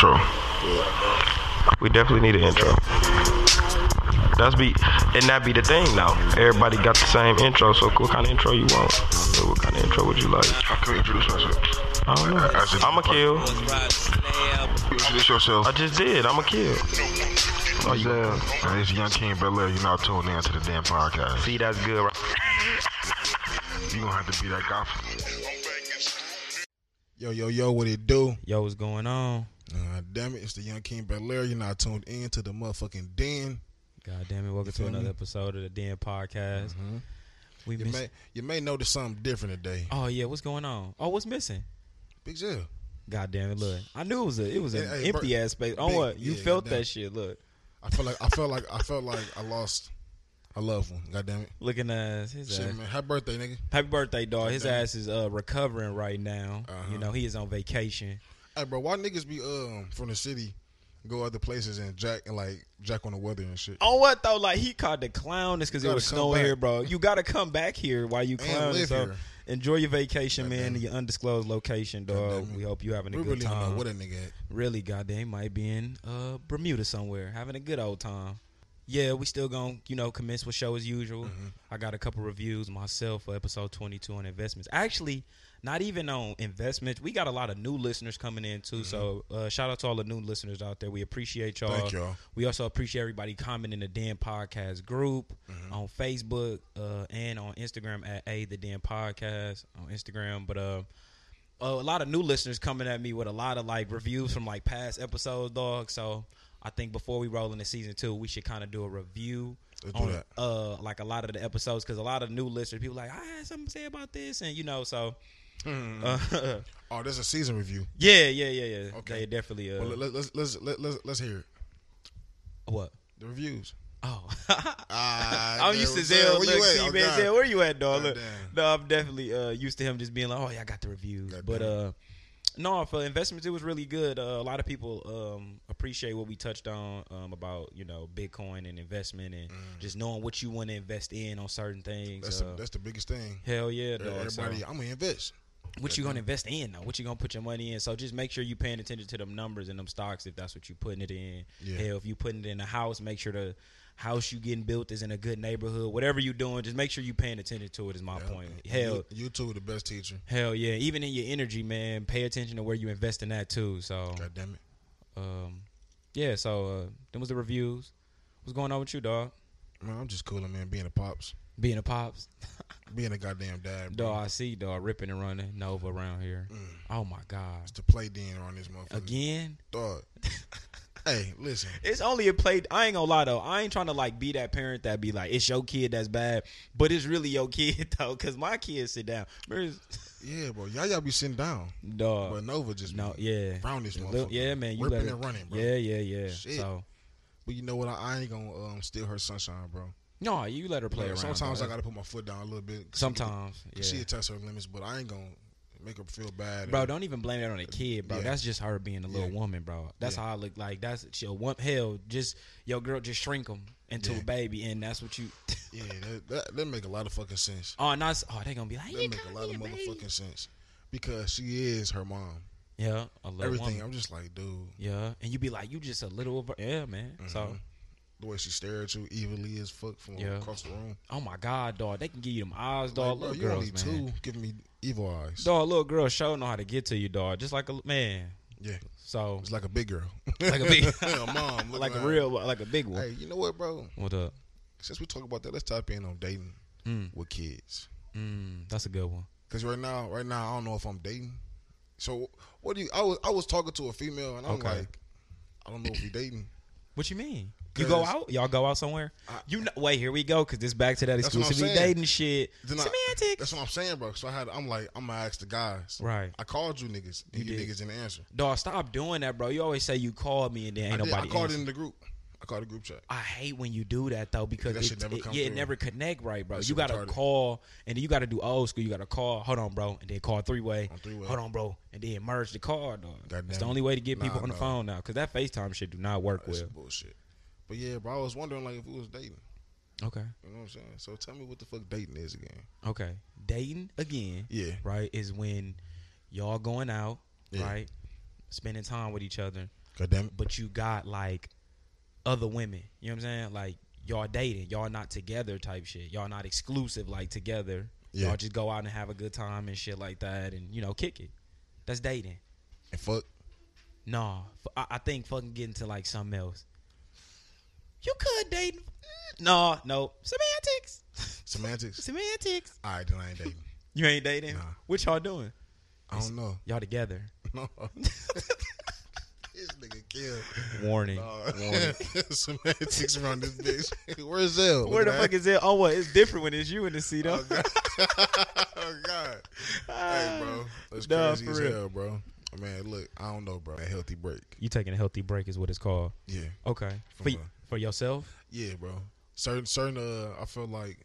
intro. We definitely need an intro. That's be and that be the thing now. Everybody got the same intro, so what kind of intro you want? So what kind of intro would you like? How can we introduce myself? I don't know. As if- I'ma kill. You introduce yourself. I just did. I'ma kill. Oh, yeah. And it's Young King Bel Air. You're not tuned in to the damn podcast. See, that's good. Right? You're going to have to be that guy for Yo, yo, yo, what it do? Yo, what's going on? Uh, damn it, it's the Young King Belair. You're not tuned in to the motherfucking den. God damn it! Welcome to feel another me? episode of the Den Podcast. We You miss- may you may notice something different today. Oh yeah, what's going on? Oh, what's missing? Big Jill. God damn it! Look, I knew it was a it was an Hey, hey, empty bro- ass space. Oh big- what? You yeah, felt goddamn. that shit. Look, I felt like I felt like I felt like I lost a loved one. God damn it. looking at his Shit, ass. man. Happy birthday, nigga. Happy birthday, dog. His Goddamn. ass is uh recovering right now. Uh-huh. You know he is on vacation. Hey bro, why niggas be um from the city go other places and jack and like jack on the weather and shit. Oh what though? Like he caught the clown. It's because it Gotta was come snow back. here, bro. You gotta come back here while you And clowning. live So here. enjoy your vacation, man. Goddamn. in Your undisclosed location, dog. Goddamn. We hope you having a we good really time. don't know what that nigga at. really goddamn he might be in uh Bermuda somewhere having a good old time. Yeah, we still gonna you know commence with show as usual. Mm-hmm. I got a couple reviews myself for episode twenty two on investments. Actually, not even on investments. We got a lot of new listeners coming in too. So uh, shout out to all the new listeners out there. We appreciate y'all. Mm-hmm. Thank y'all. We also appreciate everybody commenting the Dan Podcast group Mm-hmm. on Facebook uh, and on Instagram at a the Dan Podcast on Instagram. But uh, uh, a lot of new listeners coming at me with a lot of like reviews from like past episodes, dog. So I think before we roll into season two, we should kind of do a review Let's do on that. uh like a lot of the episodes because a lot of new listeners people like I had something to say about this and you know so uh, Oh, there's a season review. yeah yeah yeah yeah Okay. they definitely uh, Well, let, let's let's let, let's let's hear it. what The reviews. oh. Ah, I'm yeah, used to what's up? Zell. Where Look, you at? see, Oh, man, God. Zell, where you at, dog? Look, Goddamn. no, I'm definitely uh, used to him just being like, "Oh, yeah, I got the reviews." But uh, no, for investments, it was really good. Uh, a lot of people um, appreciate what we touched on um, about you know Bitcoin and investment and just knowing what you want to invest in on certain things. Mm. That's uh, the, that's the biggest thing. hell yeah, dog. So- Everybody, I'm gonna invest. what you gonna invest in though? What you gonna put your money in? So just make sure you paying attention to them numbers and them stocks if that's what you putting it in. Yeah. Hell, if you putting it in a house, make sure the house you getting built is in a good neighborhood. Whatever you doing, just make sure you paying attention to it. Is my point. Hell, you, you two are the best teacher. hell yeah. Even in your energy, man, pay attention to where you investing at too. So, God damn it. um, yeah. So uh, them was the reviews. What's going on with you, dog? Man, I'm just cooling, man. Being a pops, Being a pops, being a goddamn dad, bro. dog. I see, dog, ripping and running Nova around here. Oh my god, It's to play then on this motherfucker. again. Dog. hey, listen. It's only a play. I ain't gonna lie though. I ain't trying to like be that parent that be like, it's your kid that's bad, but it's really your kid though, cause my kids sit down. Where's- Yeah, bro. Y'all y'all be sitting down, Dog. but Nova just no, be yeah. around this motherfucker. Look, yeah, man. You ripping better- and running, bro. Yeah, yeah, yeah. Shit. So But you know what? I, I ain't gonna um, steal her sunshine, bro. no, you let her play Like, around. sometimes dog. I gotta put my foot down a little bit. 'cause she- Sometimes, 'cause she yeah. tests her limits, but I ain't gonna make her feel bad. Bro, or- don't even blame that on a kid, bro. Uh, Yeah. That's just her being a little Yeah. woman, bro. That's Yeah. how I look like. That's she'll want hell. Just your girl, just shrink them into Yeah. a baby, and that's what you. Yeah, that, that that make a lot of fucking sense. oh, and that's oh, they gonna be like, That you make a call lot me of a baby." motherfucking sense because she is her mom. Yeah, a little Everything. woman. I'm just like, dude, Yeah, and you be like, you just a little over, yeah, man. So, Mm-hmm. the way she stare at you evilly as fuck from Yeah. across the room. oh my God, dog, they can give you them eyes, Like, dog. bro, little you girls, only man. two giving me evil eyes. Dog, little girl, show know how to get to you, dog. Just like a man. Yeah, So, it's like a big girl, like a big, a mom, looking like a around. real, like a big one. Hey, you know what, bro? What up? Since we talk about that, let's tap in on dating Mm, with kids. mm, that's a good one. Cause right now, right now, I don't know if I'm dating. So what do you? I was I was talking to a female, and I'm Okay. like, I don't know if we dating. What you mean? You go 'Cause- out? Y'all go out somewhere? I- you know, wait, here we go, cause this back to that That's what I'm exclusively saying. dating shit. Then I- Semantics, that's what I'm saying, bro. So I had, I'm like, I'm gonna ask the guys. right? I called you niggas, and you, You did. niggas didn't answer. Dog, stop doing that, bro. You always say you called me and then ain't I, did. nobody. I called answer. in the group. I called the group chat. I hate when you do that though because That it, shit never it- come yeah, it through. never connect right, bro. That you shit gotta retarded. call and then you gotta do old school. You gotta call. Hold on, bro, and then call three way. On three-way. Hold on, bro, and then merge the call, dog. God That's damn the it. only way to get Nah, people on the no. phone now because that FaceTime shit do not work That's well. bullshit. But yeah, bro, I was wondering like if we was dating. Okay, You know what I'm saying? So tell me what the fuck dating is again. okay. Dating again, Yeah. right? Is when y'all going out, Yeah. right? Spending time with each other. God damn it. but you got like other women. You know what I'm saying? Like y'all dating, y'all not together type shit. Y'all not exclusive like together. Yeah. Y'all just go out and have a good time and shit like that, and you know, kick it. That's dating. And fuck. No, f- I, I think fucking getting to like something else. You could date. mm, No, no semantics, Semantics. semantics. All right, then I ain't dating. You ain't dating. Nah. What y'all doing? I don't know. Y'all together. No. this nigga killed. Warning. Semantics around this bitch. Where's Zell? Where the Look fuck at is it? Oh, what? It's different when it's you in the seat, though. that. Oh God. Hey, bro. That's Nah, crazy for as real. hell, bro. Man, look, I don't know, bro. A healthy break. You taking a healthy break is what it's called. Yeah. Okay. For For y- what? for yourself? Yeah, bro. Certain, certain. Uh, I feel like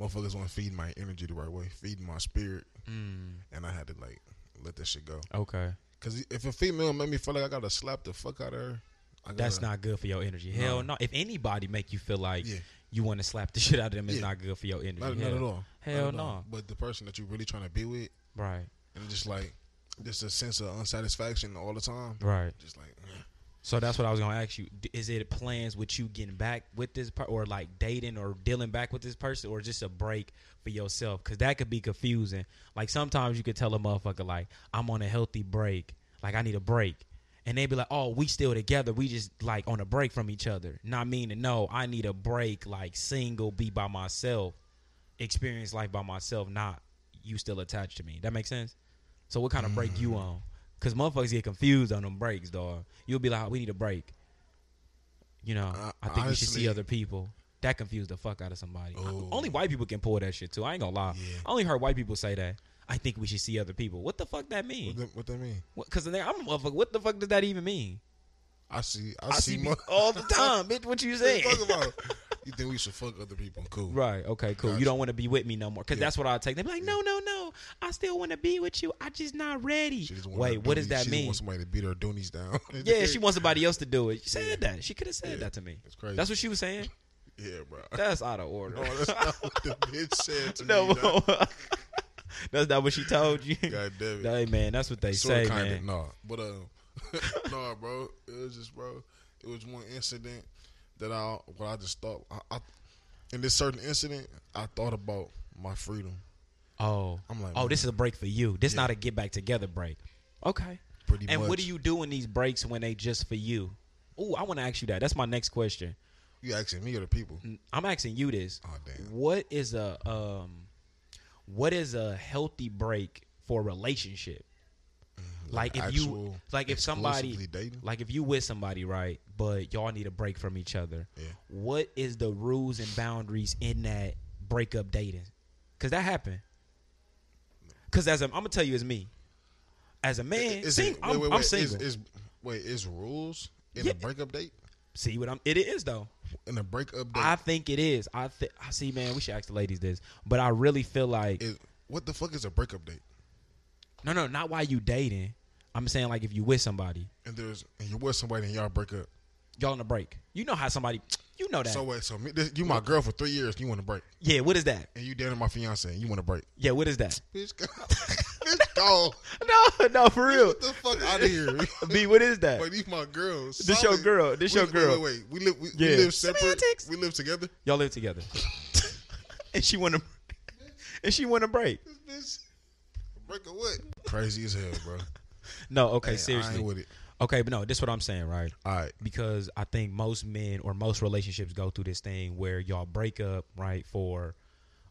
motherfuckers want to feed my energy the right way, feed my spirit, Hmm. and I had to like let that shit go. Okay. Cause if a female make me feel like I gotta slap the fuck out of her, I gotta, That's not good for your energy. Hell no. If anybody make you feel like Uh, Yeah. you want to slap the shit out of them, it's Yeah. not good for your energy. not, Hell. not at all. Hell Not at all. no. But the person that you really trying to be with, Right. and it's just like just a sense of unsatisfaction all the time. Right. Just like eh. So that's what I was gonna ask you. D- Is it plans with you getting back with this per- or like dating or dealing back with this person, or just a break for yourself? Because that could be confusing. Like sometimes you could tell a motherfucker like, "I'm on a healthy break. Like I need a break," and they be like, "Oh, we still together. We just like on a break from each other." Not meaning no. I need a break. Like single, be by myself, experience life by myself. Not you still attached to me. That makes sense. So what kind of break Mm. you on? Cause motherfuckers get confused on them breaks, dog. You'll be like, "Oh, we need a break. You know, I- I think we should see honestly- other people. That confused the fuck out of somebody. I- Oh. only white people can pull that shit too. I ain't gonna lie. Yeah. I only heard white people say that. I think we should see other people. What the fuck that what, mean? that, what that mean? What- Cause they- I'm a motherfucker. What the fuck does that even mean? I see. I, I, see. see more. people all the time, bitch. What you What you saying? talking about? You think we should fuck other people? Cool. Right. Okay. Cool. You Gotcha. don't want to be with me no more. Cause Yeah. that's what I take. They be like, no, no, no. I still want to be with you. I just not ready. She just want her Wait. What does doonies- that she just mean? Want somebody to beat her doonies down? Yeah, she wants somebody else to do it. She said that. She could have said Yeah. that to me. That's crazy. That's what she was saying. Yeah, bro. That's out of order. No, that's not what the bitch said to No, me. dog. that's not what she told you. uh, God damn it. Hey man, that's what they Sorta, say, kinda, man. No, but uh, no, bro. It was just, bro. It was one incident that I, what I just thought. I, I, in this certain incident, I thought about my freedom. Oh, I'm like, oh, man. this is a break for you. This not a get back together break. Okay. Pretty and much. what do you do in these breaks when they just for you? Ooh, I want to ask you that. That's my next question. You asking me or the people? I'm asking you this. Aw, Oh, damn. What is a um what is a healthy break for a relationship? Like, if you Mm, actual like if somebody exclusively dating? like if you with somebody, right, but y'all need a break from each other. Yeah. What is the rules and boundaries in that breakup dating? Cuz that happened. Cuz as a, I'm gonna tell you as me. As a man, Is sing, it- I'm, I'm single. Is, is, wait, is rules in Yeah. a breakup date? See what I'm it is though. In a breakup date? I think it is. I th- I see, man. We should ask the ladies this, but I really feel like is, what the fuck is a breakup date? no, no, not while you dating. I'm saying like if you with somebody, And there's and you're with somebody and y'all break up. y'all on a break. You know how somebody, you know that. So wait, so me, this, you my girl for three years, and you want to break, yeah, what is that? and you dating my fiance, and you want to break. Yeah, what is that? Bitch, go, bitch, go. No, no, for real. Get the fuck out of here. B, what is that? Wait, these my girls. This your Solid. girl. This We- your wait, girl. Wait, wait, we live. We, we Yeah. live separate. Semantics. We live together. Y'all live together, and she want to, and she want to break. This bitch, break or what? Crazy as hell, bro. No, okay, Hey, I ain't seriously. with it. Okay, but no, this is what I'm saying, right? All right. because I think most men or most relationships go through this thing where y'all break up right for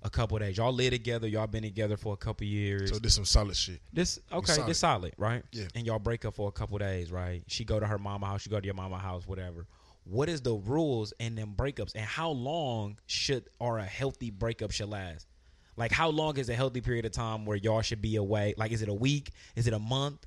a couple days. Y'all live together. Y'all been together for a couple years. So this some solid shit. this okay, solid. this solid, right? Yeah. And y'all break up for a couple days, right? She go to her mama house. You go to your mama house. Whatever. What is the rules in them breakups, and how long should or a healthy breakup should last? Like, how long is a healthy period of time where y'all should be away? Like, is it a week? Is it a month?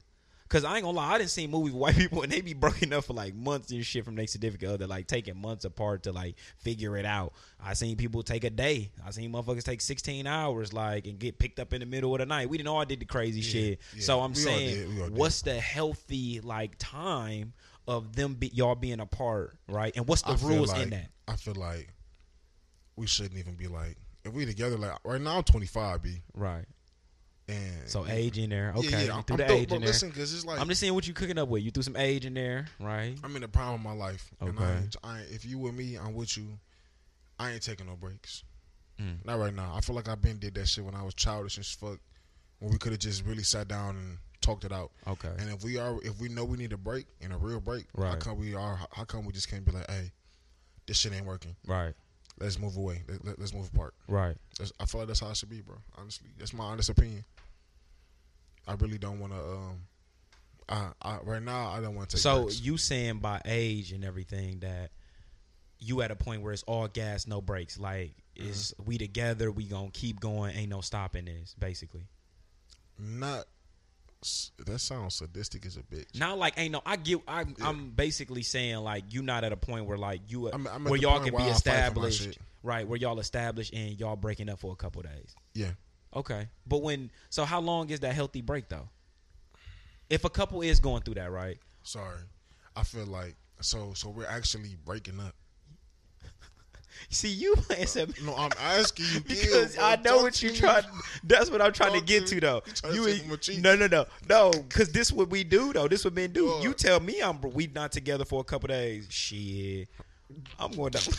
Cause I ain't gonna lie, I didn't see movies with white people and they be broken up for like months and shit from their significant other, like taking months apart to like figure it out. I seen people take a day. I seen motherfuckers take sixteen hours, like and get picked up in the middle of the night. We didn't all did the crazy shit. yeah. so I'm We all did, we all saying, did. what's the healthy like time of them be, y'all being apart, right? And what's the I feel rules like, in that? I feel like we shouldn't even be like if we together. Like right now, I'm 25, b. Right. And So age in there. Okay. yeah, you yeah, I'm, threw the throw- age bro, in there. listen, because it's like I'm just seeing what you cooking up with. You threw some age in there, right? I'm in the prime of my life. And I, Okay. ain't- I, ain't- if you with me, I'm with you. I ain't taking no breaks. Mm. Not right now. I feel like I've been did that shit when I was childish as fuck. When we could have just really sat down and talked it out. Okay. And if we are, if we know we need a break and a real break, how Right. come we are? How come we just can't be like, hey, this shit ain't working. Right. Let's move away. Let, let, let's move apart. Right. That's, I feel like that's how it should be, bro. Honestly, that's my honest opinion. I really don't want to. Um, I, I right now I don't want to take. So breaks. you saying by age and everything that you at a point where it's all gas, no brakes. Like Mm-hmm. it's we together, we gonna keep going, ain't no stopping this, basically. not. s- That sounds sadistic as a bitch. Not like ain't no. I get. I'm, I'm basically saying like you not at a point where like you I'm- I'm at where the y'all point can where be I'll fight for my established, shit. right? Where y'all established and y'all breaking up for a couple days. Yeah, Okay, but when so how long is that healthy break though? If a couple is going through that, right? sorry. I feel like so. So we're actually breaking up. See you playing some No, I'm asking you because Gil, I bro, know talk what to you me. trying. That's what I'm trying to Talk get to to me. though. You trying to You, take my cheek. no no no no because this what we do though. This what men do. Dog. You tell me I'm we not together for a couple days. Shit, I'm going to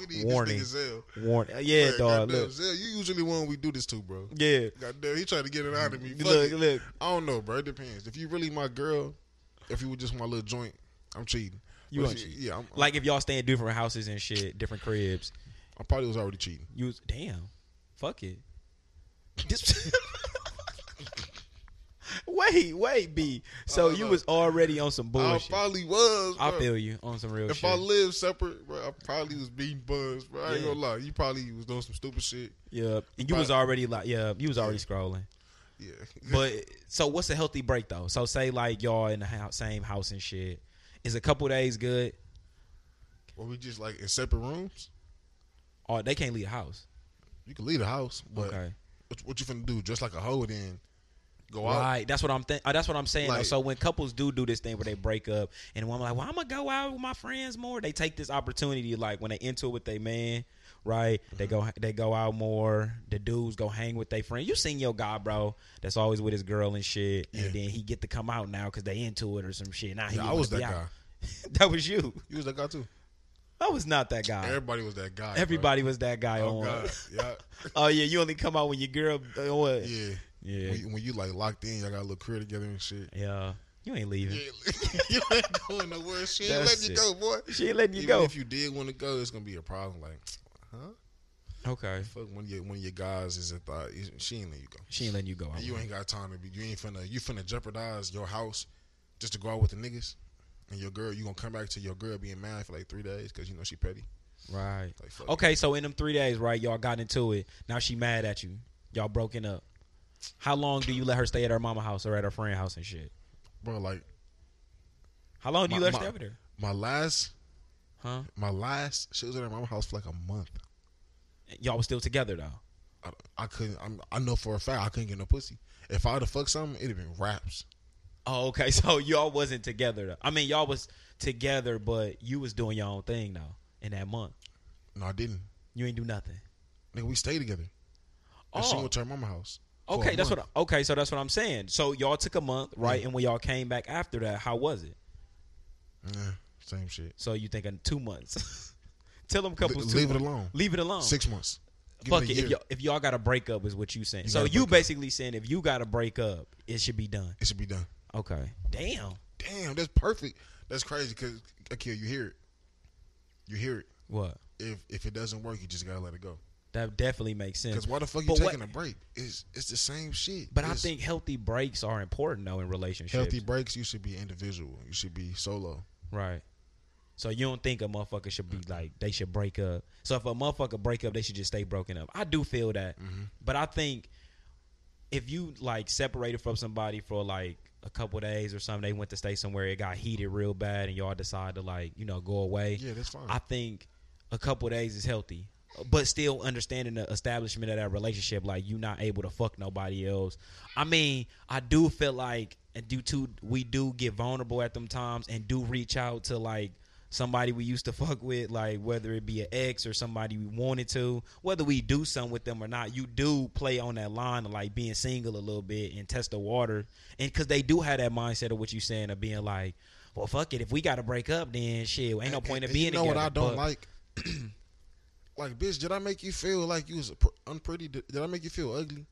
We need Warning. This nigga Zell. warn. Yeah, Hey, dog. goddamn, Look, Zell, you usually one we do this to, bro. yeah. Goddamn, he tried to get it out of me. Fuck Look, it. look. I don't know, bro. It depends. If you really my girl, if you were just my little joint, I'm cheating. You But don't if cheat. Yeah, I'm, I'm- Like if y'all stay in different houses and shit, different cribs. I probably was already cheating. You was- damn, fuck it. This- wait, wait, B. So don't you know. was already on some I bullshit. probably was. Bro. I feel you on some real If shit. I lived separate, bro, I probably was beating buns, bro. I ain't Yeah. gonna lie. You probably was doing some stupid shit. Yep. And you was But- already like, yeah, you was already scrolling. Yeah. But so what's a healthy break though? So say like y'all in the house, same house and shit. Is a couple days good? Or we just like in separate rooms. Or they can't leave the house. You can leave the house, but Okay. what, what you finna do? Just like a hoe, then go out. Right. That's what I'm think. That's what I'm saying. though. Like- so when couples do do this thing where they break up, and one like, well, I'm gonna go out with my friends more. They take this opportunity, like when they into it with their man, right? They Mm-hmm. go they go out more. The dudes go hang with their friend. You seen your guy, bro? That's always with his girl and shit, Yeah. and then he get to come out now because they into it or some shit. Now he Yeah, I wanna was be that out. guy. that was you. You was that guy too. I was not that guy. Everybody was that guy. bro. Everybody was that guy Oh on. God. Yeah. oh yeah, you only come out when your girl. uh, what? Yeah. Yeah. Yeah. When, you, when you like locked in, y'all got a little career together and shit. You ain't leaving. you ain't going nowhere. She ain't That's letting you it. go, boy. She ain't letting you Even go. if you did want to go, it's gonna be a problem. Like, huh? okay. Fuck one of your one of your guys is at the she ain't letting you go. She ain't letting you go. And you ain't got time to be. You ain't finna. You finna jeopardize your house just to go out with the niggas. And your girl, you gonna come back to your girl being mad for like three days because you know she petty. Right. Like, fuck Okay, so in them three days, right, y'all got into it. Now she mad at you. Y'all broken up. How long do you let her stay at her mama house or at her friend house and shit? bro. Like How long do you My- let her my- stay over there? my last, Huh? my last, she was at her mama's house for like a month. Y'all was still together though. I, I couldn't. I'm, I know for a fact I couldn't get no pussy. If I would have fucked something, it'd have been raps. Oh, okay. So y'all wasn't together though. I mean, y'all was together, but you was doing your own thing though. In that month, No, I didn't. you ain't do nothing. Nigga, we stayed together. And she Oh. went to her mama house. for Okay, a that's month. what. I, okay, so that's what I'm saying. So y'all took a month, right? And when y'all came back after that, how was it? Yeah, same shit. So you thinking two months? Tell them couples Le- two leave it months. alone. Leave it alone. Six months. Give Oh. Fuck me a it. If year. y'all, if y'all got to break up, is what you saying. so gotta you break up. basically saying if you got to break up, it should be done. It should be done. Okay. Damn. Damn, that's perfect. That's crazy because okay, you hear it. You hear it. What? If if it doesn't work, you just gotta let it go. That definitely makes sense. Because why the fuck you But what- taking a break? It's it's the same shit. But I It's- think healthy breaks are important though in relationships. healthy breaks. You should be individual. You should be solo. Right. So you don't think a motherfucker should be like they should break up. So if a motherfucker break up, they should just stay broken up. I do feel that, Mm-hmm. but I think if you like separated from somebody for like a couple days or something, they went to stay somewhere, it got heated real bad, and y'all decide to like you know go away. Yeah, that's fine. I think a couple days is healthy, but still understanding the establishment of that relationship, like you not able to fuck nobody else. I mean, I do feel like and due to we do get vulnerable at them times and do reach out to like somebody we used to fuck with, like whether it be an ex or somebody we wanted to, whether we do something with them or not, you do play on that line of like being single a little bit and test the water, and because they do have that mindset of what you saying of being like, well, fuck it, if we got to break up, then shit, ain't no point in And being You know together. what I but- don't like? like, bitch, did I make you feel like you was a pr- unpretty? Did, did I make you feel ugly?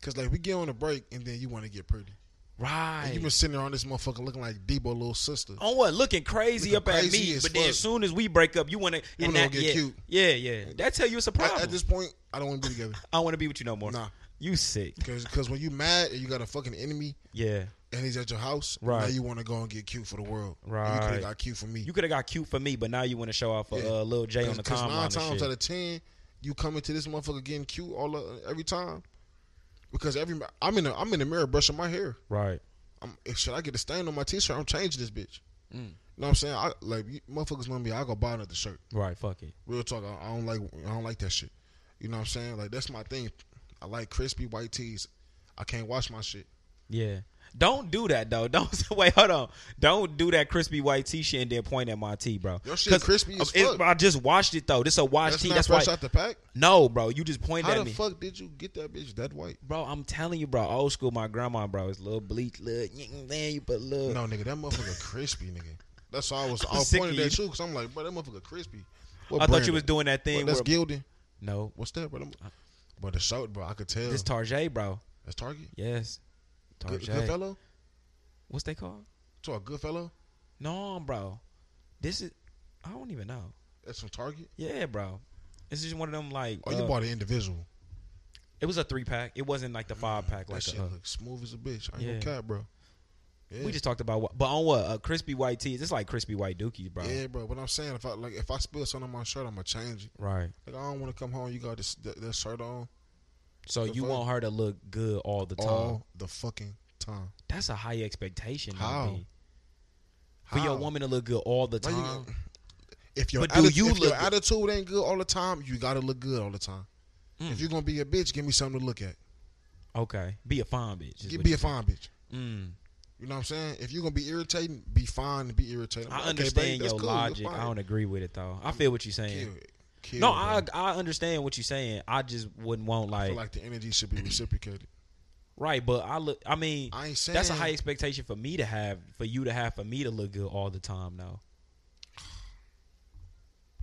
Cause like we get on a break and then you want to get pretty. right? You been sitting there on this motherfucker looking like Debo little sister. on what looking crazy Looking up crazy at me, as but then fuck. as soon as we break up, you want to and You wanna that go get yeah, cute. yeah, yeah. That tell you it's a problem. At, at this point, I don't want to be together. I don't want to be with you no more. Nah. you sick. Cause, 'cause when you mad and you got a fucking enemy Yeah, and he's at your house, now Right. you want to go and get cute for the world. You could Right. have got cute for me. you could have got cute for me, but now you want to show off for Yeah. uh, little J on the Because nine timeline. and times shit. out of ten, you come into this motherfucker getting cute all uh, every time. Because every I'm in a, I'm in the mirror brushing my hair. Right. I'm, if should I get a stain on my t-shirt, I'm changing this bitch. You know what I'm saying? I, like you, motherfuckers know me. I go buy another shirt. Right. Fuck it. Real talk. I, I don't like I don't like that shit. You know what I'm saying? Like that's my thing. I like crispy white tees. I can't wash my shit. Yeah. Don't do that though. Don't wait. Hold on. Don't do that crispy white t shirt and then point at my tee, bro. Your shit 'Cause, crispy as um, it- fuck. I just watched it though. This a watch That's tee. not That's why. fresh out the pack. No, bro. You just pointed How at the me. fuck did you get that bitch that white? Bro, I'm telling you, bro. Old school, my grandma, bro. It's little bleach, little man. You put little. No, nigga, that motherfucker crispy, nigga. That's why I was I'm I sick pointed of at you. you because I'm like, bro, that motherfucker crispy. What I thought brand you was that? doing that What, thing. that's where, Gildan. no, What's that, bro? That- Bro, the shirt, bro. I could tell. this Tarjay, bro. that's Target. Yes, Good, Tarjay. good fellow. What's they called? To a good fellow. No, bro. This is. I don't even know. That's from Target. Yeah, bro. This is just one of them like. Oh, you uh, bought an individual. It was a three pack. It wasn't like the five pack. That Like shit a, uh, looks smooth as a bitch. I ain't yeah. no cap, bro. Yeah. we just talked about. What, but on what? Uh, crispy white tees. It's like crispy white dookies, bro. Yeah, bro. What I'm saying, if I like, if I spill something on my shirt, I'ma change it. Right. Like, I don't want to come home. You got this that, that shirt on So Good you fuck. want her to look good all the time. all the fucking time. That's a high expectation. How? How? For your How? woman to look good all the Why you time. got- if your, But do atti- you if your look- attitude ain't good all the time, you gotta look good all the time. Mm. If you're gonna be a bitch, give me something to look at. okay. Be a fine bitch. is Give, what be you a fine bitch. said. Mm. You know what I'm saying? If you're gonna be irritating, be fine and be irritating. I Okay, babe, understand that's your cool. You're logic. fine. I don't agree with it though. I feel what you're saying. Kill it. Kill no, it, I bro. I understand what you're saying. I just wouldn't want I like, feel like the energy should be reciprocated. right, but I look. I mean, I ain't saying that's a high expectation for me to have, for you to have, for me to look good all the time. though.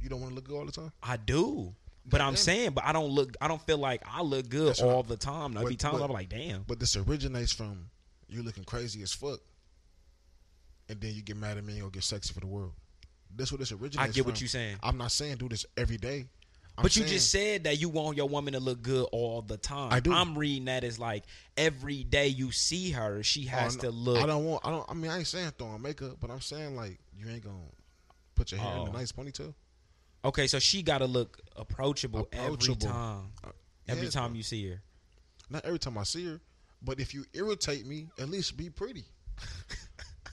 You don't want to look good all the time. I do, but I'm Goddamn. saying, but I don't look. I don't feel like I look good That's what I- all the time. There'll be what- times what- I'm like, damn. But this originates from you looking crazy as fuck, and then you get mad at me and go get sexy for the world. That's what this originates. I get what from. you're saying. I'm not saying do this every day. I'm but you saying- just said that you want your woman to look good all the time. I do. I'm reading that as like every day you see her, she Oh, has no, to look. I don't want. I don't. I mean, I ain't saying throwing makeup, but I'm saying like you ain't gonna put your hair in Oh. a nice ponytail. Okay, so she got to look approachable, every Approachable. time. Every Yes, time bro. you see her. not every time I see her, but if you irritate me, at least be pretty.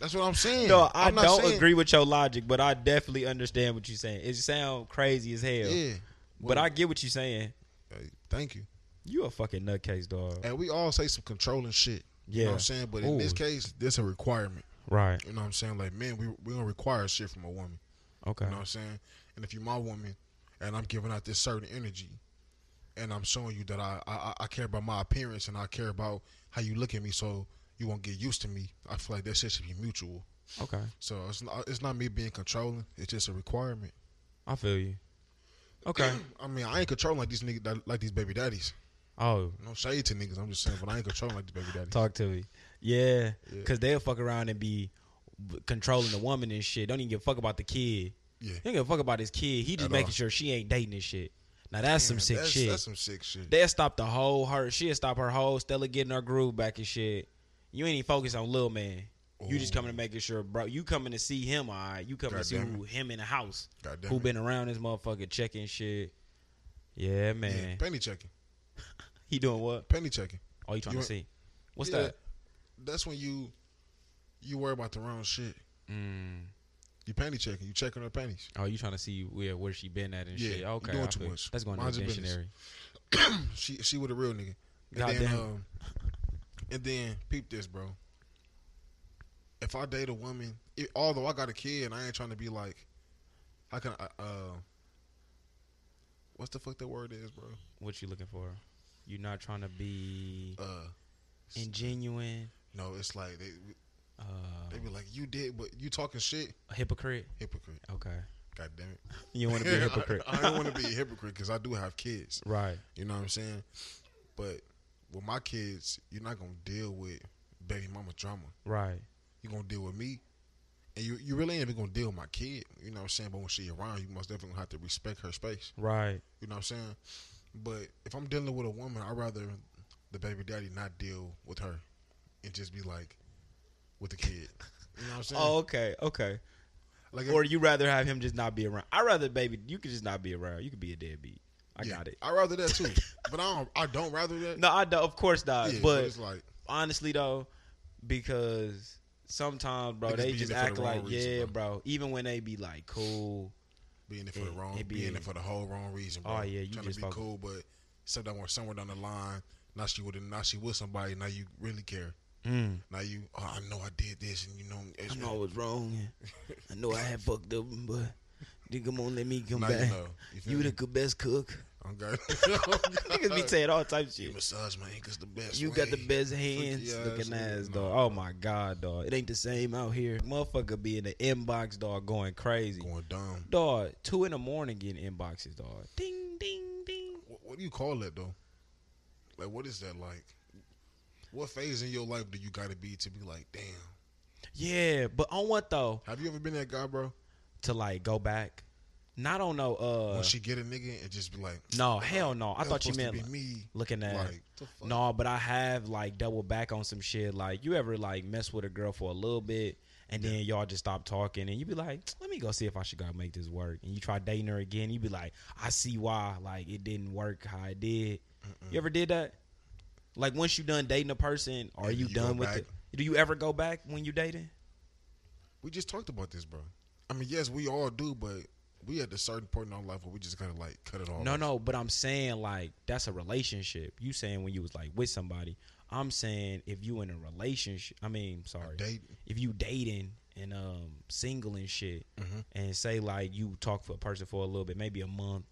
That's what I'm saying. No, I I'm not don't saying- agree with your logic, but I definitely understand what you're saying. It sounds crazy as hell. Yeah, But I get what you're saying. Hey, thank you. You a fucking nutcase, dog. And we all say some controlling shit. You know Yeah. what I'm saying? But in this Ooh. case, this a requirement. Right. You know what I'm saying? Like, man, we we gonna require shit from a woman. Okay. You know what I'm saying? And if you're my woman, and I'm giving out this certain energy, and I'm showing you that I I, I- I care about my appearance and I care about how you look at me, so you won't get used to me. I feel like that shit should be mutual. Okay. So it's not it's not me being controlling. It's just a requirement. I feel you. Okay. I mean, I ain't controlling like these niggas, like these baby daddies. oh, No shade to niggas. I'm just saying, but I ain't controlling like these baby daddies. talk to me. Yeah, because they'll fuck around and be b- controlling the woman and shit. Don't even give a fuck about the kid. Yeah. He don't give a fuck about his kid. He just At making all. sure she ain't dating and shit. Now that's some Damn, sick that's, shit. That's some sick shit. They'll stop the whole her. She'll stop her whole Stella getting her groove back and shit. You ain't even focused on little man. You just Ooh. coming to making sure, bro. You coming to see him, all right. You coming God to see damn who, him in the house, God damn who it. been around this motherfucker checking shit. Yeah, man. yeah, penny checking. He doing what? Penny checking. Oh, you trying You to ain't- see? What's Yeah, that? That's when you you worry about the wrong shit. Mm. You penny checking. You checking her panties. Oh, you trying to see where where she been at and Yeah, shit? you Okay, doing I too feel- much. That's going Mind to the your business. dictionary. She she with a real nigga. And God then, damn. Um, and then peep this, bro. If I date a woman, it, although I got a kid, and I ain't trying to be like, How can I? Uh, what's the fuck that word is, bro? What you looking for? You're not trying to be Uh, ingenuine, no, it's like they uh, they be like, you did, but you talking shit, a hypocrite. hypocrite. Okay, God damn it. you want to be a hypocrite, I, I don't want to be a hypocrite because I do have kids. right? You know what I'm saying? But with my kids, you're not gonna deal with baby mama drama. Right. You're gonna deal with me. And you, you really ain't even gonna deal with my kid. You know what I'm saying? But when she around, you most definitely gonna have to respect her space. Right. You know what I'm saying? But if I'm dealing with a woman, I'd rather the baby daddy not deal with her and just be like with the kid. You know what I'm saying? Oh, okay. Okay. like Or you rather have him just not be around? I rather, baby, you could just not be around. You could be a deadbeat. I yeah, got it. I'd rather that too. but I don't I don't rather that. No, I don't. Of course not. yeah, but it's like honestly though, because sometimes, bro, Niggas they be in just it for the act wrong like, reason, yeah, bro. bro. Even when they be like cool, being there for the It- wrong, it be- being there for the whole wrong reason. Bro. Oh, yeah, you trying just to be fuck- cool, but except that one somewhere down the line, now she would, now she with somebody, now you really care. Mm. Now you, oh, I know I did this, and you know, it's I know I was wrong. I know I had fucked up, but nigga, come on, let me come now back. you know. You, feel You me? the best cook. okay. Niggas be saying all types of you shit. massage my ankles the best. You got the way. best hands ass looking nigga. ass, dog. Oh my god, dog. It ain't the same out here. Motherfucker be in the inbox, dog, going crazy. Going dumb. Dog, two in the morning getting inboxes, dog. Ding, ding, ding. What, what do you call that though? Like, what is that like? What phase in your life do you got to be to be like, damn? Yeah, but on what though? Have you ever been that guy, bro? To like go back. Not on no uh when she get a nigga and just be like, No, hell no. I "That thought you supposed meant to be like, me. looking at Like, the fuck? No, but I have like double back on some shit. Like you ever like mess with a girl for a little bit and then y'all just stop talking and you be like, let me go see if I should go make this work. And you try dating her again, you be like, I see why like it didn't work how it did. You ever did that? Like once you done dating a person, are And you, you go done with back? it? Do you ever go back when you dating? We just talked about this, bro. I mean, yes, we all do, but we at a certain point in our life where we just gotta like cut it off. No, no, but I'm saying like that's a relationship. You saying when you was like with somebody. I'm saying if you in a relationship, I mean, sorry, date. if you dating and um single and shit, Mm-hmm. and say like you talk for a person for a little bit, maybe a month,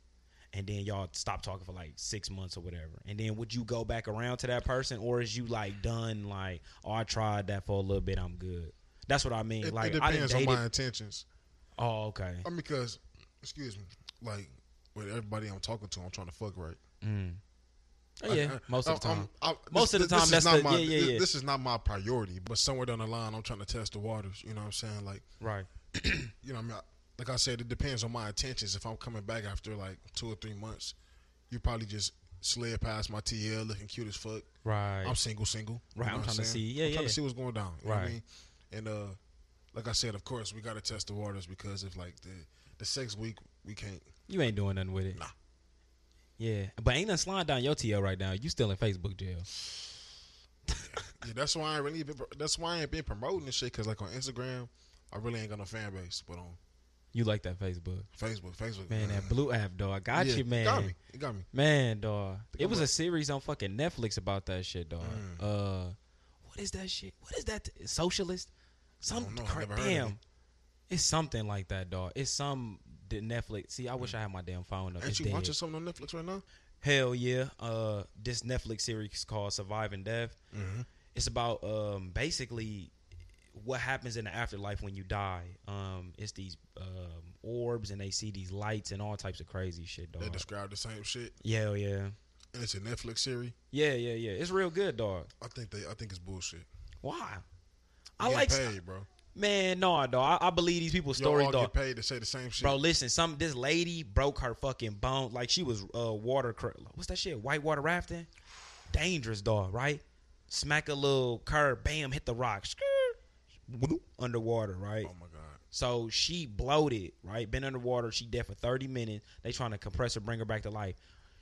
and then y'all stop talking for like six months or whatever, and then would you go back around to that person, or is you like done like oh I tried that for a little bit, I'm good. That's what I mean. It, like it I didn't depends on date. my intentions. Oh, okay. I mean, because excuse me, like with everybody I'm talking to, I'm trying to fuck right. Mm. Oh, yeah, I- I- most of the I'm- time. I'm- Most of the time, is that's not the- yeah, my, yeah, this, yeah. this is not my priority, but somewhere down the line, I'm trying to test the waters. You know what I'm saying? Like, Right. you know, I mean, I, like I said, it depends on my intentions. If I'm coming back after like two or three months, you probably just slid past my TL looking cute as fuck. Right. I'm single, single. You Right, know I'm what trying to saying? see. Yeah, I'm trying yeah. to see what's going down. You know what I Right. mean? And uh, like I said, of course, we gotta test the waters because if like the the sex week, we can't. You ain't doing nothing with it. Nah. Yeah, but ain't nothing sliding down your TL right now. You still in Facebook jail. Yeah, that's why I ain't really. Been, that's why I ain't been promoting this shit because like on Instagram, I really ain't got no fan base, but on You like that Facebook, Facebook, Facebook, uh, man? That blue app, dog. Got yeah, you, man. Got me. It got me. Man, dog. It I'm Mm. was right. a series on fucking Netflix about that shit, dog. Uh, what is that shit? What is that? Socialist? Some don't know. I've cra- never heard of damn. it. It's something like that, dog. It's some the Netflix. See, I wish I had my damn phone up. Mm. Ain't It's you dead. watching something on Netflix right now? Hell yeah. Uh this Netflix series called Surviving Death. Mm-hmm. It's about um basically what happens in the afterlife when you die. Um it's these um orbs and they see these lights and all types of crazy shit, dog. They describe the same shit, yeah, hell yeah. and it's a Netflix series. Yeah, yeah, yeah. It's real good, dog. I think they. I think it's bullshit. Why? You I get like uh, paid, bro. man, no, dog. I, I believe these people's Y'all stories, all dog. get paid to say the same shit. Bro, listen. Some this lady broke her fucking bone. Like she was uh, water. Cr- what's that shit? Whitewater rafting. Dangerous dog. Right. Smack a little curb. Bam. Hit the rock. Skirt. Whoop, Underwater. Right. Oh my god. So she bloated. Right. Been underwater. She dead for thirty minutes. They trying to compress her, bring her back to life.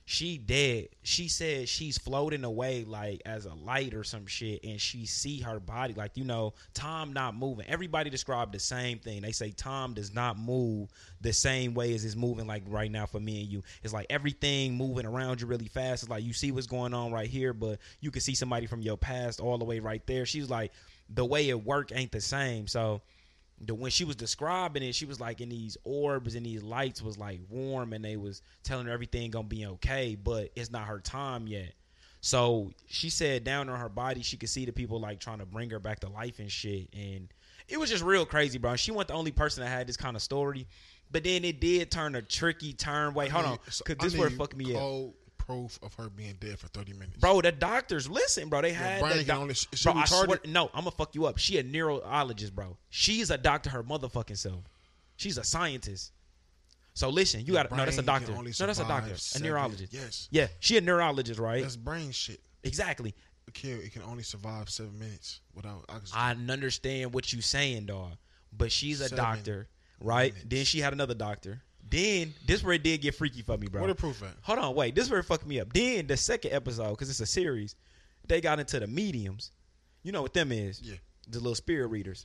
She dead. She said she's floating away like as a light or some shit, and she see her body like you know time not moving. Everybody described the same thing. They say time does not move the same way as it's moving like right now for me and you. It's like everything moving around you really fast. It's like you see what's going on right here, but you can see somebody from your past all the way right there. She was like the way it work ain't the same. So the when she was describing it, she was like in these orbs and these lights was like warm and they was telling her everything gonna be okay, but it's not her time yet. So she said down on her body she could see the people like trying to bring her back to life and shit. And it was just real crazy, bro. She wasn't the only person that had this kind of story. But then it did turn a tricky turn. Wait, hold on. Cause this word fucked me up. cold proof of her being dead for 30 minutes. Bro, the doctors, listen, bro. They had brain the can doc- only- she bro, I swear, retarded. no, I'm gonna fuck you up. She a neurologist, bro. She's a doctor her motherfucking self. She's a scientist. So listen, you got to no, that's a brain can doctor. No, only that's a survive doctor, a seven- neurologist. yes. yeah, she a neurologist, right? That's brain shit. exactly. A kid, it can only survive seven minutes without oxygen. I understand what you saying, dog. But she's a Seven doctor, right? minutes. Then she had another doctor. Then this where it did get freaky for me, bro. Where the proof at? Hold on, wait. This where it fucked me up. Then the second episode, because it's a series, they got into the mediums. You know what them is? Yeah. The little spirit readers.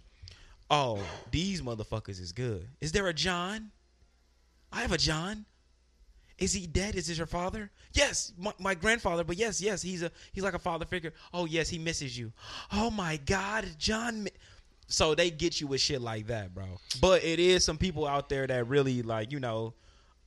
Oh, these motherfuckers is good. Is there a John? I have a John. Is he dead? Is this your father? Yes, my, my grandfather. But yes, yes, he's a he's like a father figure. Oh yes, he misses you. Oh my God, John. mi- So they get you with shit like that, bro. But it is some people out there that really like you know.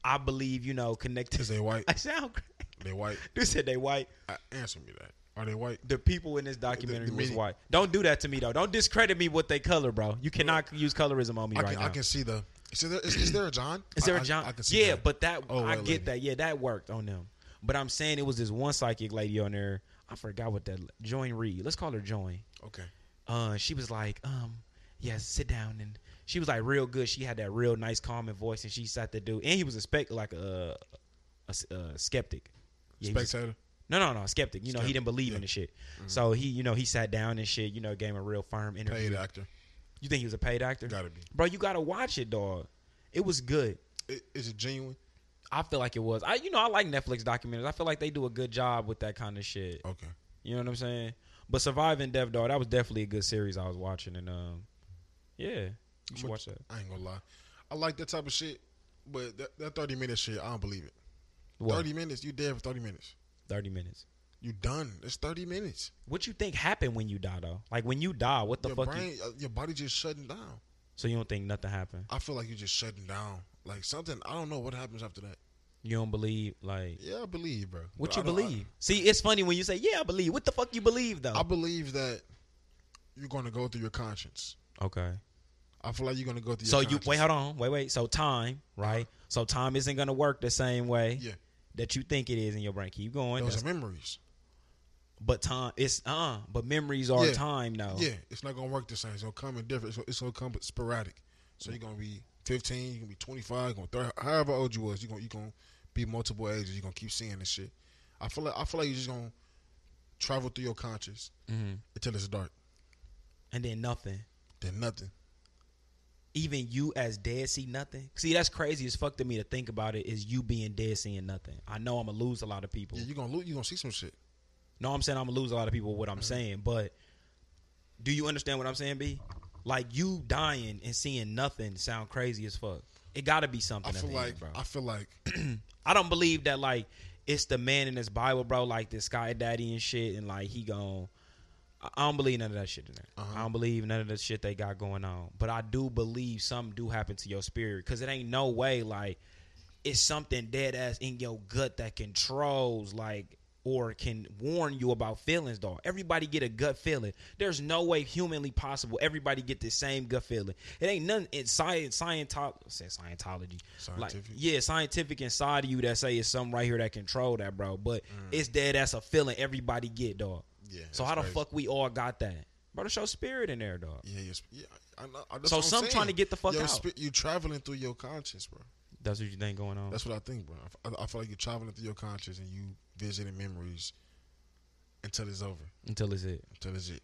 I believe you know connected. Is they white? I sound crazy. They white? Dude said they white. I, Uh, answer me that. Are they white? The people in this documentary the was mini- white. Don't do that to me though. Don't discredit me with they color, bro. You cannot use colorism on me I right can, now. I can see the. Is there, is, is there a John? Is there I- a John? I, I can see yeah, that. but that Oh, I white get lady. that. Yeah, that worked on them. But I'm saying it was this one psychic lady on there. I forgot what that Join Reed. Let's call her Join. Okay. Uh, she was like, um, yes, sit down, and she was like real good. She had that real nice, calming voice, and she sat there dude, and he was a spec like a, a, s- a skeptic. Yeah, he was a Spectator? no, no, no, skeptic. You know, he Skeptic, didn't believe yeah. Mm-hmm. in the shit. So he, you know, he sat down and shit. You know, gave him a real firm interview. Paid actor? You think he was a paid actor? Gotta be. Bro, you gotta watch it, dog. It was good. I- Is it genuine? I feel like it was. I, you know, I like Netflix documentaries. I feel like they do a good job with that kind of shit. Okay. You know what I'm saying? But Surviving Death, dog, that was definitely a good series I was watching, and um, yeah, you should watch that. I ain't gonna lie. I like that type of shit, but that, that 30 minute shit, I don't believe it. What? 30 minutes? You dead for 30 minutes. Thirty minutes. You done. It's 30 minutes. What you think happened when you die, though? Like when you die, what the your fuck? brain, You, uh, your body just shutting down. so you don't think nothing happened? I feel like you just shutting down. Like something, I don't know what happens after that. You don't believe, like. Yeah, I believe, bro. What But you I don't- I- believe? See, it's funny when you say, "Yeah, I believe." What the fuck you believe though? I believe that you're going to go through your conscience. okay. I feel like you're going to go through. So your you conscience. wait, hold on, wait, wait. So time, right? So time isn't gonna work the same way Yeah, that you think it is in your brain. Keep going. those That's- are memories. but time, it's uh, uh but memories are Yeah. time now. Yeah, it's not going to work the same. It's going to come in different. It's gonna- It's going to come sporadic. So you're going to be 15. You're going to be 25. Going 30. However old you was, you're going you going to be multiple ages. You're going to keep seeing this shit. I feel like I feel like you're just going to travel through your conscience Mm-hmm. until it's dark. And then nothing. Then nothing. Even you as dead see nothing. See, that's crazy as fuck to me to think about it. Is you being dead seeing nothing? I know I'm gonna lose a lot of people. Yeah, you're gonna lose. You're gonna see some shit. No, I'm saying I'm gonna lose a lot of people with what I'm Uh-huh. saying, but do you understand what I'm saying, B? Like you dying and seeing nothing sound crazy as fuck. It gotta be something. I at feel the like end, bro. I feel like I don't believe that like it's the man in this Bible, bro, like this sky daddy and shit, and like he gon' I I don't believe none of that shit in there. Uh-huh. I don't believe none of the shit they got going on. But I do believe something do happen to your spirit because it ain't no way like it's something dead ass in your gut that controls like or can warn you about feelings, dog. Everybody get a gut feeling. There's no way humanly possible everybody get the same gut feeling. It ain't nothing in science, scientology, Scientology, like Scientific. yeah, scientific inside of you that say it's something right here that control that, bro. But it's dead ass a feeling everybody get, dog. Mm. Yeah, So that's how the crazy. fuck we all got that, bro? To show spirit in there, dog. yeah, yes, yeah. I, know- I, that's So what I'm some saying. trying to get the fuck Your out. spi- you traveling through your conscience, bro. That's what you think going on. That's what I think, bro. I, I feel like you're traveling through your conscience and you visiting memories until it's over, Until it's it. until it's it.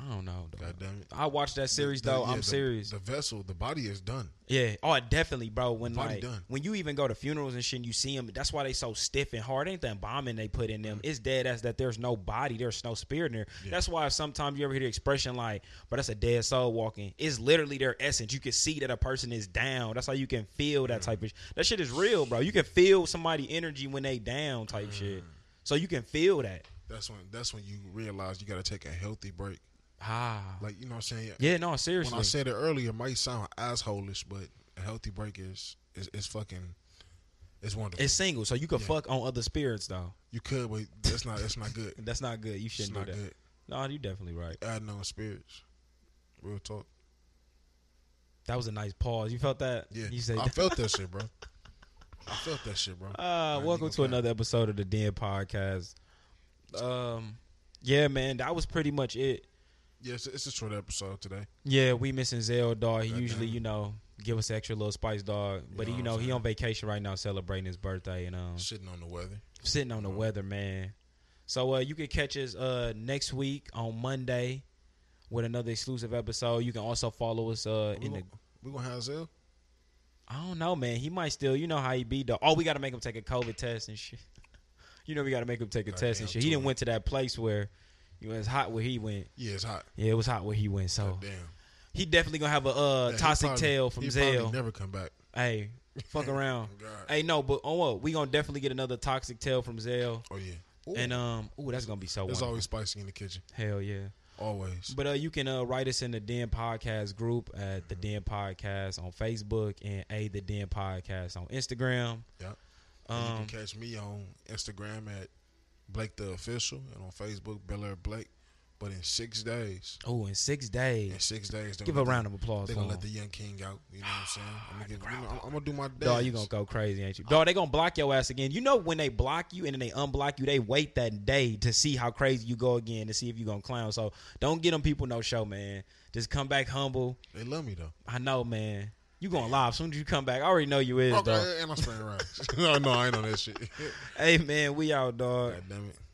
I don't know. Dog. God damn it. I watched that series The- the- though. yeah, I'm the- Uh-huh. serious. The vessel, the body is done. Yeah. Oh, definitely, bro. When Body like done. when you even go to funerals and shit, and you see them. That's why they so stiff and hard. Ain't that bombing they put in them? It's dead as that. There's no body. There's no spirit in there. That's why sometimes you ever hear the expression like, "But that's a dead soul walking." It's literally their essence. You can see that a person is down. That's how you can feel that type of. Sh- that shit is real, bro. You can feel somebody energy when they down Mm. type shit. So you can feel that. That's when that's when you realize you got to take a healthy break. Ah. Like you know what I'm saying? Yeah, no, seriously. When I said it earlier, it might sound assholish, but a healthy break is is, is fucking it's wonderful. it's single, so you could Yeah. fuck on other spirits though. you could, but that's not that's not good. That's not good. You it's shouldn't not do that. good. No, you definitely right. Adding on spirits. Real talk. That was a nice pause. You felt that? Yeah. You said, I felt that shit, bro. I felt that shit, bro. uh, I welcome ain't to gonna another episode of the Den Podcast. Um, yeah, man, that was pretty much it. Yeah, it's, it's a short episode today. Yeah, we missing Zell dog. He Goddamn. usually, you know, give us extra little spice dog. But know he, you what know, I'm he saying? on vacation right now celebrating his birthday and um Shitting on the weather. sitting on the Mm-hmm. weather, man. So uh, you can catch us uh, next week on Monday with another exclusive episode. You can also follow us uh, We in the. gon- we gonna have Zell? I don't know, man. He might still. You know how he be though. Oh, we got to make him take a COVID test and shit. You know we got to make him take a Goddamn test and shit. He didn't tour. went to that place where you know, it's hot where he went. Yeah, it's hot. Yeah, it was hot where he went. So Damn. he definitely gonna have a uh, Oh. toxic tail from he probably Zell. Never come back. Hey, fuck around. God. hey, no, but oh well, we gonna definitely get another toxic tail from Zell. Oh yeah. Ooh, And um, ooh, that's gonna be so. it's wonderful. always spicy in the kitchen. Hell yeah. Always. But uh, you can uh, write us in the Den Podcast group at the Den Podcast on Facebook and a the Den Podcast on Instagram. Yep. And Um, you can catch me on Instagram at Blake the Official and on Facebook Bel Air Blake. But in six days, oh, in six in days, six days, they're give a gonna round of applause They're for gonna him. Ah, let the young king out. You know what I'm saying? I'm gonna, give, you know, I'm, I'm gonna do my dance. Dog, you gonna go crazy, ain't you? Dog, they gonna block your ass again. You know when they block you and then they unblock you, they wait that day to see how crazy you go again to see if you gonna clown. So don't get them people no show, man. Just come back humble. They love me though. I know, man. You going live soon as you come back. I already know you is, dog. Okay, and I'm spraying around. no, no, I ain't on that shit. Hey, man, we out, dog. God damn it.